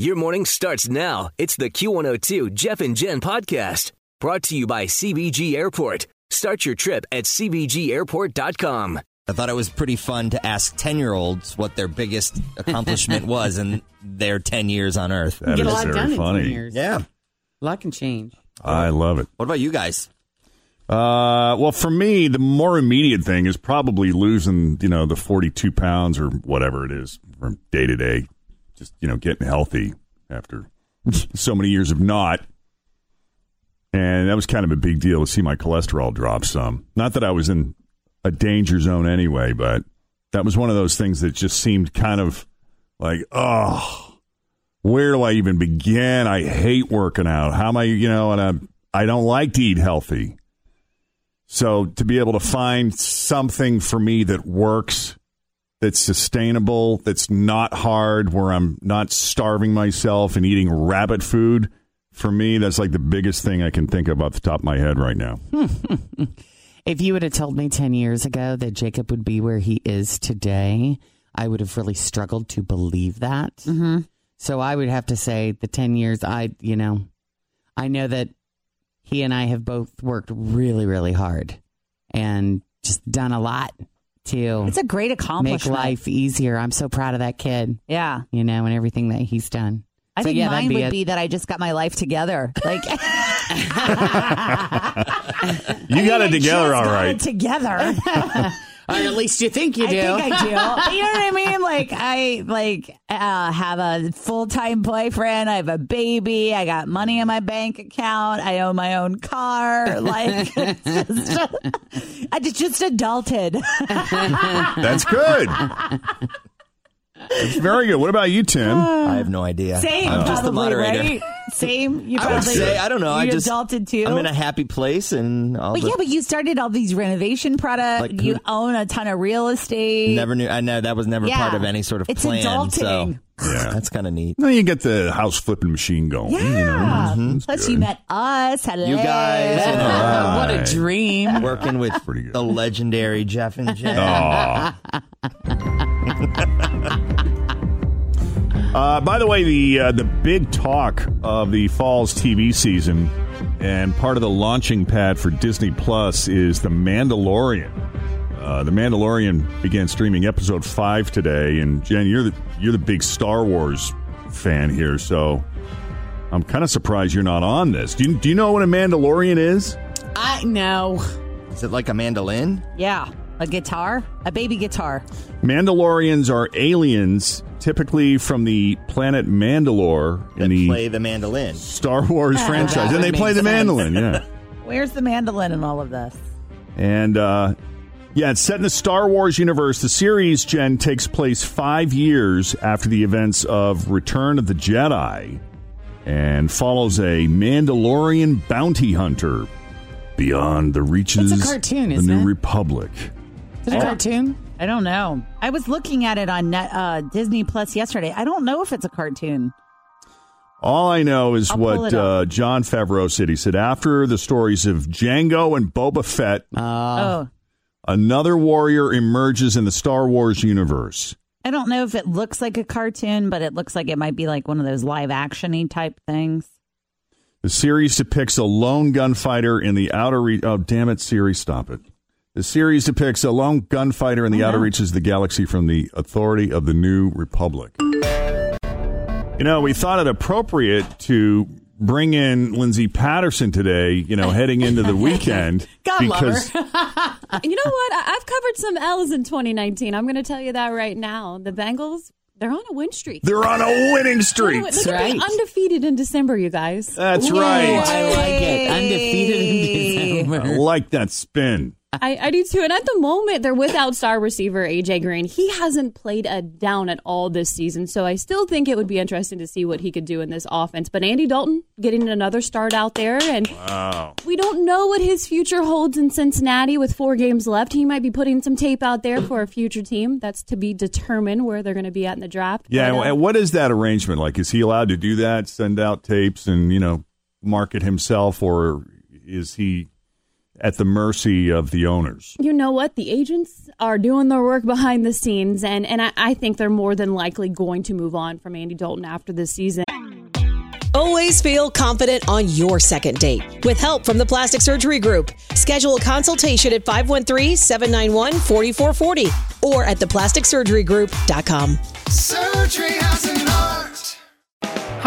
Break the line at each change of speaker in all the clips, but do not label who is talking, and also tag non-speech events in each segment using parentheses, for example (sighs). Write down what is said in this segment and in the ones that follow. Your morning starts now. It's the Q102 Jeff and Jen podcast brought to you by CBG Airport. Start your trip at CBGAirport.com.
I thought it was pretty fun to ask 10 year olds what their
(laughs)
biggest accomplishment was in their 10 years on Earth.
That
get a
is
lot
very
done in
funny.
ten years.
Yeah.
A lot can change.
I love it.
What about you guys?
Uh, well, for me, the more immediate thing is probably losing, you know, the 42 pounds or whatever it is from day to day. Just, you know, getting healthy after (laughs) so many years of not. And that was kind of a big deal to see my cholesterol drop some. Not that I was in a danger zone anyway, but that was one of those things that just seemed kind of like, oh, where do I even begin? I hate working out. How am I, you know, and I'm, I don't like to eat healthy. So to be able to find something for me that works, that's sustainable, that's not hard, where I'm not starving myself and eating rabbit food, for me, that's like the biggest thing I can think of off the top of my head right now.
If you would have told me 10 years ago that Jacob would be where he is today, I would have really struggled to believe that. Mm-hmm. So I would have to say the 10 years, I, you know, I know that he and I have both worked really, really hard and just done a lot to
It's a great
make
accomplishment.
life easier. I'm so proud of that kid,
Yeah.
you know, and everything that he's done.
I
So,
think
yeah, that'd
mine
be
would
it.
be that I just got my life together.
(laughs)
Like (laughs)
You got it together, all
got
right.
it together.
Or at least you think (laughs) you
I think I do. you know what I mean? Like I like uh, have a full time boyfriend. I have a baby. I got money in my bank account. I own my own car. Like (laughs) it's just, I just, just adulted.
(laughs)
That's good. That's very good. What about you,
Uh,
Tim?
I have no idea.
Same,
I'm
probably,
just the moderator.
right? Same. You
I
probably
would say, I don't know. I
You
just,
adulted too.
I'm in a happy place and all
But
the,
yeah, but you started all these renovation products.
Like who-
you own a ton of real estate.
never knew. I know that was never
Yeah.
part of any sort of
It's
plan. (sighs)
adulting.
So that's kind of neat.
No, you get the house flipping machine going.
Yeah.
You know? That's
Plus,
good.
you met us. Hello.
You guys, you know,
(laughs)
uh,
what a
Right.
dream.
working with
Pretty good.
the legendary Jeff and Jen.
Aw. uh, by the way, the uh, the big talk of the fall's TV season and part of the launching pad for Disney Plus is The Mandalorian. Uh, the Mandalorian began streaming episode five today, and Jen, you're the you're the big Star Wars fan here, so I'm kind of surprised you're not on this. Do you, do you know what a Mandalorian is?
I know.
Is it like a mandolin?
Yeah. A guitar, a baby guitar.
Mandalorians are aliens, typically from the planet Mandalore
That
in the
play the mandolin.
Star
(laughs)
Wars franchise, and they play the mandolin. Yeah,
Where's the mandolin in all of this?
and uh, yeah, it's set in the Star Wars universe. The series Jen takes place five years after the events of Return of the Jedi, and follows a Mandalorian bounty hunter beyond the reaches
It's a cartoon,
of the
isn't
New
it?
Republic.
Is it a cartoon?
I don't know. I was looking at it on net, uh, Disney Plus yesterday. I don't know if it's a cartoon.
All I know is
I'll pull
what
it up.
uh, John Favreau said. He said, after the stories of Django and Boba Fett,
Uh.
oh,
another warrior emerges in the Star Wars universe.
I don't know if it looks like a cartoon, but it looks like it might be like one of those live actiony type things.
The series depicts a lone gunfighter in the outer re- Oh, damn it, Siri, stop it. The series depicts a lone gunfighter in the outer reaches of the galaxy from the authority of the New Republic. You know, we thought it appropriate to bring in Lindsey Patterson today, you know, heading into
(laughs)
the weekend.
God love her.
because
you know what? I- I've covered some L's in 2019. I'm going to tell you that right now. The Bengals, they're on a win streak.
they're on a winning streak.
Look at them, undefeat in December, you guys.
That's
Ooh,
Oh,
right.
I like it. Undefeated in
I
December.
like that spin.
I, I do too. And at the moment, they're without star receiver AJ Green. He hasn't played a down at all this season. So I still think it would be interesting to see what he could do in this offense. But Andy Dalton getting another start out there. And we don't know what his future holds in Cincinnati with four games left. He might be putting some tape out there for a future team. That's to be determined where they're going to be at in the draft.
Yeah,
But, uh,
and what is that arrangement like? Is he allowed to do that? Send out tapes and you know market himself, or is he at the mercy of the owners?
You know what? The agents are doing their work behind the scenes, and, and I, I think they're more than likely going to move on from Andy Dalton after this season.
Always feel confident on your second date. With help from the Plastic Surgery Group, schedule a consultation at 513-791-4440 or at theplasticsurgerygroup.com.
Surgery has an art.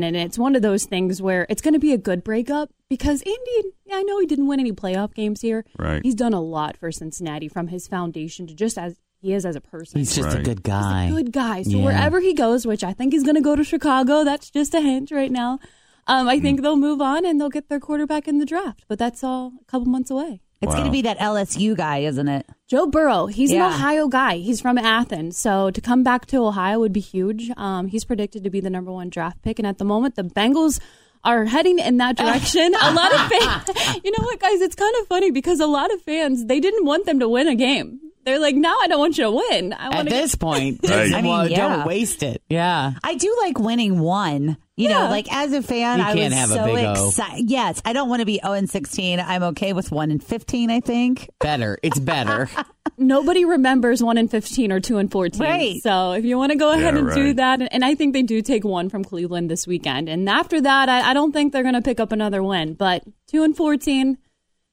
And it's one of those things where it's going to be a good breakup because Andy, I know he didn't win any playoff games here.
Right.
He's done a lot for Cincinnati from his foundation to just as he is as a person.
He's just a
Right.
good
He's
guy.
a good guy. So
Yeah.
wherever he goes, which I think he's going to go to Chicago, that's just a hint right now. Um,
Hmm.
I think they'll move on and they'll get their quarterback in the draft, but that's all a couple months away.
It's going
Wow.
to be that LSU guy, isn't it?
Joe Burrow, he's
Yeah.
an Ohio guy. He's from Athens. So to come back to Ohio would be huge. Um, he's predicted to be the number one draft pick. And at the moment, the Bengals are heading in
(laughs)
that direction. a lot of fans, (laughs) you know what, guys, it's kind of funny because a lot of fans, they didn't want them to win a game. They're like, now I don't want you to win. I
At
want to.
this
(laughs)
point,
Right.
just,
I
mean,
well,
yeah.
don't waste it. Yeah.
I do like winning one. You know,
Yeah.
like as a fan,
You
I
can't
was
have a
so
big O.
excited. Yes, I don't want to be 0 and 16. I'm okay with 1 and 15, I think.
Better. It's better.
Nobody remembers 1 and 15 or 2 and 14.
Right.
So if you want to go ahead
Yeah,
and do
right.
that, and- and I think they do take one from Cleveland this weekend. And after that, I, I don't think they're going to pick up another win. But 2 and 14,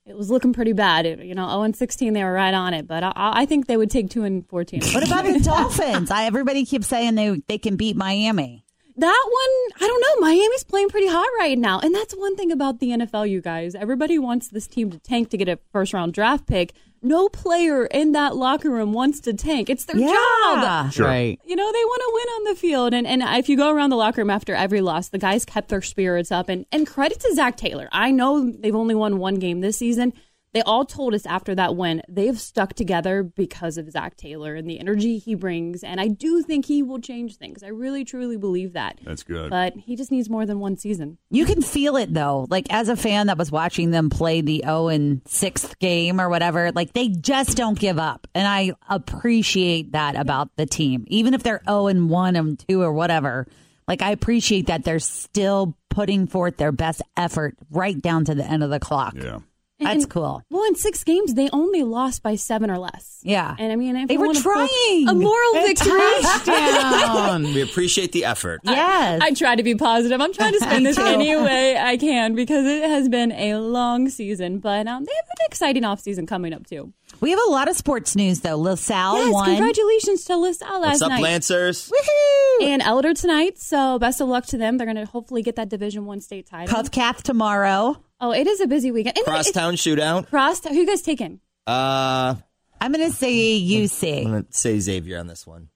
it was looking pretty bad. It- you know, 0 and 16, they were right on it. But I, I I think they would take 2 and 14.
What
(laughs)
about the Dolphins? I, everybody keeps saying they, they can beat Miami.
(laughs) That one, I don't know. Miami's playing pretty hot right now. And that's one thing about the NFL, you guys. Everybody wants this team to tank to get a first round draft pick. No player in that locker room wants to tank. It's their job.
Sure.
Right.
you know, they want to win on the field. And, and if you go around the locker room after every loss, the guys kept their spirits up. And, and credit to Zach Taylor. I know they've only won one game this season. They all told us after that win, they've stuck together because of Zach Taylor and the energy he brings. And I do think he will change things. I really, truly believe that.
That's good.
But he just needs more than one season.
You can feel it though. Like as a fan that was watching them play the 0 and 6th game or whatever, like they just don't give up. And I appreciate that about the team. Even if they're 0 and 1 and 2 or whatever, like I appreciate that they're still putting forth their best effort right down to the end of the clock.
Yeah.
That's cool.
Well, in six games, they only lost by seven or less.
Yeah.
And I mean, if
They
you
were
wanna pull
trying.
a moral
A
victory.
touchdown.
We appreciate the effort.
Yes.
I try to be positive. I'm trying
(laughs)
to spend this
too.
any way I can because it has been a long season, but um, they have an exciting offseason coming up too.
we have a lot of sports news though. LaSalle
Yes,
won.
congratulations to LaSalle last
What's up,
night
Lancers?
Woohoo!
and Elder tonight. So best of luck to them. They're going to hopefully get that Division One state title.
Cuffcath tomorrow.
Oh, it is a busy weekend. And it's-
Crosstown shootout.
Cross. Who you guys taking?
Uh,
I'm going to say
I'm
UC.
gonna say Xavier on this one.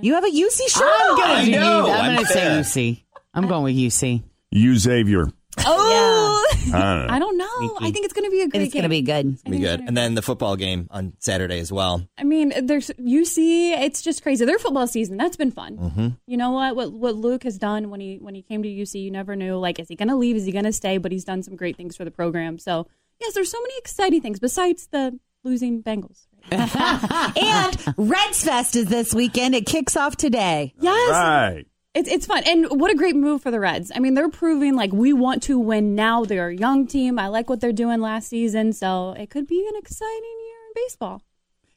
You have a UC shirt.
I'm
on.
gonna
Ah, I
do
know,
UC. I'm
I'm
gonna say
fair.
UC. I'm going with UC.
You Xavier.
Oh,
I
I don't know. I think it's going to be a (laughs) great
It's going to be
game.
good.
Be good. And then the football game on Saturday as well.
I mean, there's UC. It's just crazy. Their football season that's been fun. You know what? What what Luke has done when he when he came to UC, you never knew. Like, is he going to leave? Is he going to stay? But he's done some great things for the program. So yes, there's so many exciting things besides the losing Bengals.
And Reds Fest is this weekend. It kicks off today.
Yes,
Right.
It's it's fun. And what a great move for the Reds. I mean, they're proving like we want to win now. They're a young team. I like what they're doing last season, so it could be an exciting year in baseball.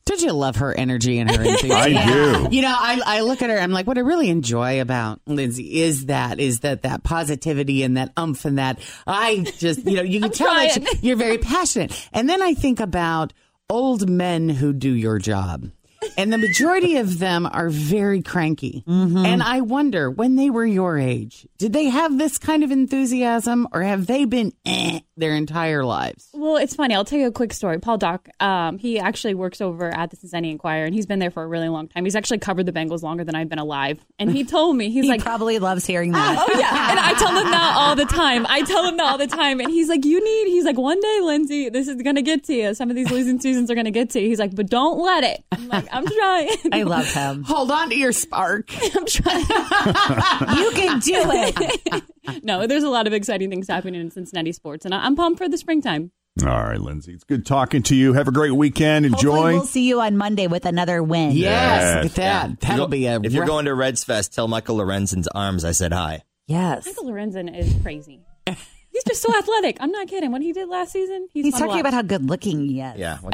Don't you love her energy and her enthusiasm?
I do.
You know, I, I look at her. I'm like, what I really enjoy about Lindsay is that is that that positivity and that umph and that I just you know you can
I'm
tell that
trying.
she- you're very passionate. And then I think about old men who do your job, and the majority of them are very cranky. And I wonder when they were your age, did they have this kind of enthusiasm, or have they been eh, their entire lives?
Well, it's funny. I'll tell you a quick story. Paul Doc, um, he actually works over at the Cincinnati Enquirer, and he's been there for a really long time. He's actually covered the Bengals longer than I've been alive. And he told me he's
He
like,
probably loves hearing that.
Oh yeah, and I tell him that all the time. I tell him that all the time, and he's like, "You need." He's like, "One day, Lindsay, this is gonna get to you. Some of these losing seasons are gonna get to you." He's like, "But don't let it." I'm like, "I'm trying. (laughs)
I love him.
Hold on to your spark.
I'm trying."
you can do it.
no, there's a lot of exciting things happening in Cincinnati sports, and I- I'm pumped for the springtime.
All right, Lindsay. It's good talking to you. Have a great weekend.
Hopefully
Enjoy.
we'll see you on Monday with another win.
Yes,
Yes.
look at that.
Yeah.
That'll be a.
If you're
ra-
going to Reds Fest, tell Michael Lorenzen's arms I said hi.
Yes.
Michael Lorenzen is crazy. (laughs) He's just so athletic. I'm not kidding. What he did last season, he's,
He's
fun to
talking
watch.
about how good looking he (laughs) is.
Yeah.
Oh,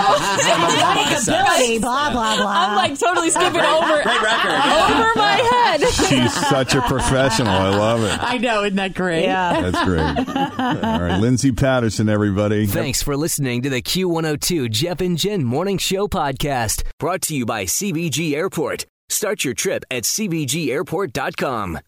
(laughs)
Ability, blah, blah, blah.
I'm like totally skipping over
Great record.
(laughs) over my head.
She's such a professional. I love it.
I know, isn't that great?
yeah.
That's great. All right, Lindsay Patterson, everybody.
Thanks for listening to the Q102 Jeff and Jen Morning Show podcast, brought to you by CBG Airport. Start your trip at CBGAirport.com.